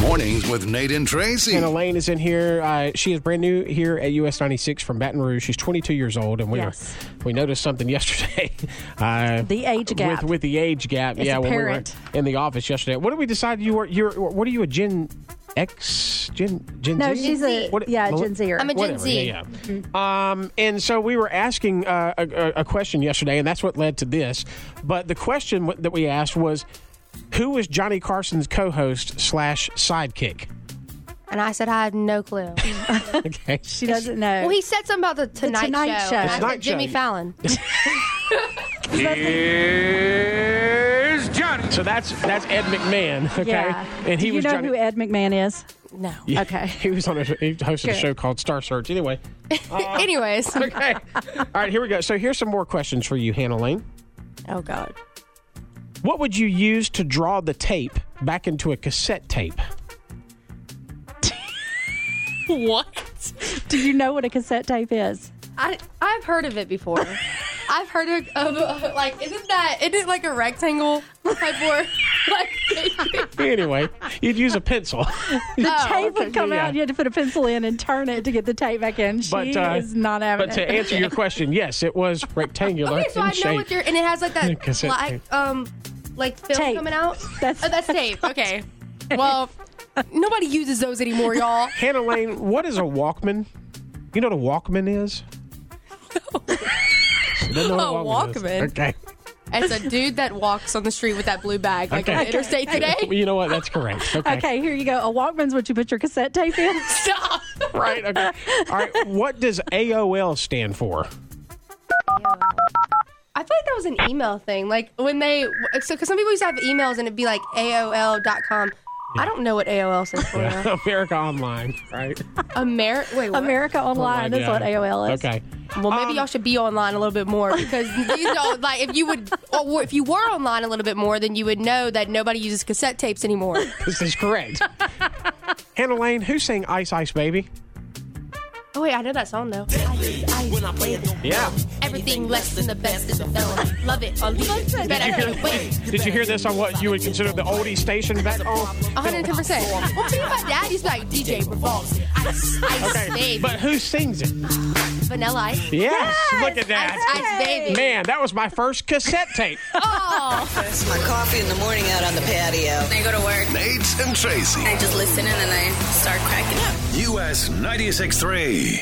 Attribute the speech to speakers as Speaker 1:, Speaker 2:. Speaker 1: Mornings with Nate and Tracy.
Speaker 2: And Elaine is in here. Uh, she is brand new here at US 96 from Baton Rouge. She's 22 years old, and we
Speaker 3: Yes.
Speaker 2: were, we noticed something yesterday. Uh,
Speaker 3: The age gap.
Speaker 2: with with the age gap.
Speaker 3: It's
Speaker 2: yeah,
Speaker 3: apparent.
Speaker 2: when we were in the office yesterday. What did we decide? You were you're what are you a Gen X Gen Gen
Speaker 3: no,
Speaker 2: Z?
Speaker 3: she's a
Speaker 2: What-
Speaker 3: yeah
Speaker 2: Mel-
Speaker 3: Gen Zer.
Speaker 4: I'm a Gen
Speaker 2: Whatever,
Speaker 4: Z.
Speaker 2: Yeah, yeah. Um, and so we were asking uh, a, a- a question yesterday, and that's what led to this. But the question w- that we asked was, who is Johnny Carson's co-host slash sidekick?
Speaker 4: And I said I had no clue.
Speaker 2: Okay.
Speaker 3: she doesn't know.
Speaker 4: well, he said something about the Tonight,
Speaker 3: Tonight
Speaker 4: Show.
Speaker 3: Show.
Speaker 4: and I
Speaker 2: Tonight
Speaker 4: said Jimmy
Speaker 2: Show.
Speaker 4: Fallon.
Speaker 5: Here's Johnny.
Speaker 2: So that's that's Ed McMahon. Okay.
Speaker 3: yeah.
Speaker 2: And he
Speaker 3: Do you
Speaker 2: was
Speaker 3: know
Speaker 2: Johnny.
Speaker 3: who Ed McMahon is?
Speaker 4: no.
Speaker 2: Yeah,
Speaker 3: okay.
Speaker 2: He was on a he hosted a
Speaker 4: Good.
Speaker 2: show called Star Search. Anyway.
Speaker 4: Anyways.
Speaker 2: Okay. All right, here we go. So here's some more questions for you, Hannah Lane.
Speaker 4: Oh God.
Speaker 2: What would you use to draw the tape back into a cassette tape?
Speaker 4: What?
Speaker 3: Do you know what a cassette tape is?
Speaker 4: I I've heard of it before. I've heard of, of uh, like isn't that isn't it like a rectangle type board? like
Speaker 2: Anyway, you'd use a pencil.
Speaker 3: The tape would come
Speaker 2: yeah.
Speaker 3: out. You had to put a pencil in and turn it to get the tape back in. She
Speaker 2: But, uh,
Speaker 3: is not having
Speaker 2: but to
Speaker 3: it.
Speaker 2: answer your question, yes, it was rectangular
Speaker 4: okay, so
Speaker 2: in
Speaker 4: I know
Speaker 2: shape.
Speaker 4: what you're and it has like that
Speaker 2: Cassette tape.
Speaker 4: black um like film
Speaker 3: Tape.
Speaker 4: coming out.
Speaker 3: That's-
Speaker 4: oh, that's tape. Okay. Well, nobody uses those anymore, y'all.
Speaker 2: Hannah Lane, what is a Walkman? You know what a Walkman is? She doesn't know what
Speaker 4: A
Speaker 2: is.
Speaker 4: Walkman?
Speaker 2: Okay.
Speaker 4: It's a dude that walks on the street with that blue bag like on
Speaker 2: Okay.
Speaker 4: the interstate
Speaker 2: Well,
Speaker 4: today.
Speaker 2: You know what? That's correct. Okay.
Speaker 3: Okay, here you go. A Walkman's what you put your cassette tape in.
Speaker 4: Stop.
Speaker 2: Right. Okay. All right. What does AOL stand for?
Speaker 4: I feel like that was an email thing. Like when they, so because some people used to have emails and it'd be like AOL.com. I don't know what AOL stands for. now.
Speaker 2: America Online. Right.
Speaker 4: Ameri- wait, what?
Speaker 3: America Online
Speaker 2: Oh,
Speaker 3: is what
Speaker 2: yeah.
Speaker 3: AOL is.
Speaker 2: Okay.
Speaker 4: Well, maybe y'all should be online a little bit more because you know, like if you would, or if you were online a little bit more, then you would know that nobody uses cassette tapes anymore.
Speaker 2: This is correct. Hannah Lane, who sang Ice Ice Baby?
Speaker 4: oh wait, I know that song though.
Speaker 2: Yeah.
Speaker 4: Everything less than the best is a felon. Love it or leave it. Better get away.
Speaker 2: Did you hear this on what you would consider the oldie station back on?
Speaker 4: 110. percent Well, people my dad used to be like DJ revolves. Ice, ice,
Speaker 2: Okay.
Speaker 4: baby,
Speaker 2: But who sings it?
Speaker 4: vanilla ice.
Speaker 2: Yes. Look at
Speaker 4: Ice,
Speaker 2: that.
Speaker 4: ice, baby.
Speaker 2: Man, that was my first cassette tape.
Speaker 4: Oh.
Speaker 6: my coffee in the morning out on the patio.
Speaker 7: I go to work.
Speaker 1: Nate and Tracy.
Speaker 7: I just listen and then I start cracking up.
Speaker 1: US 96.3.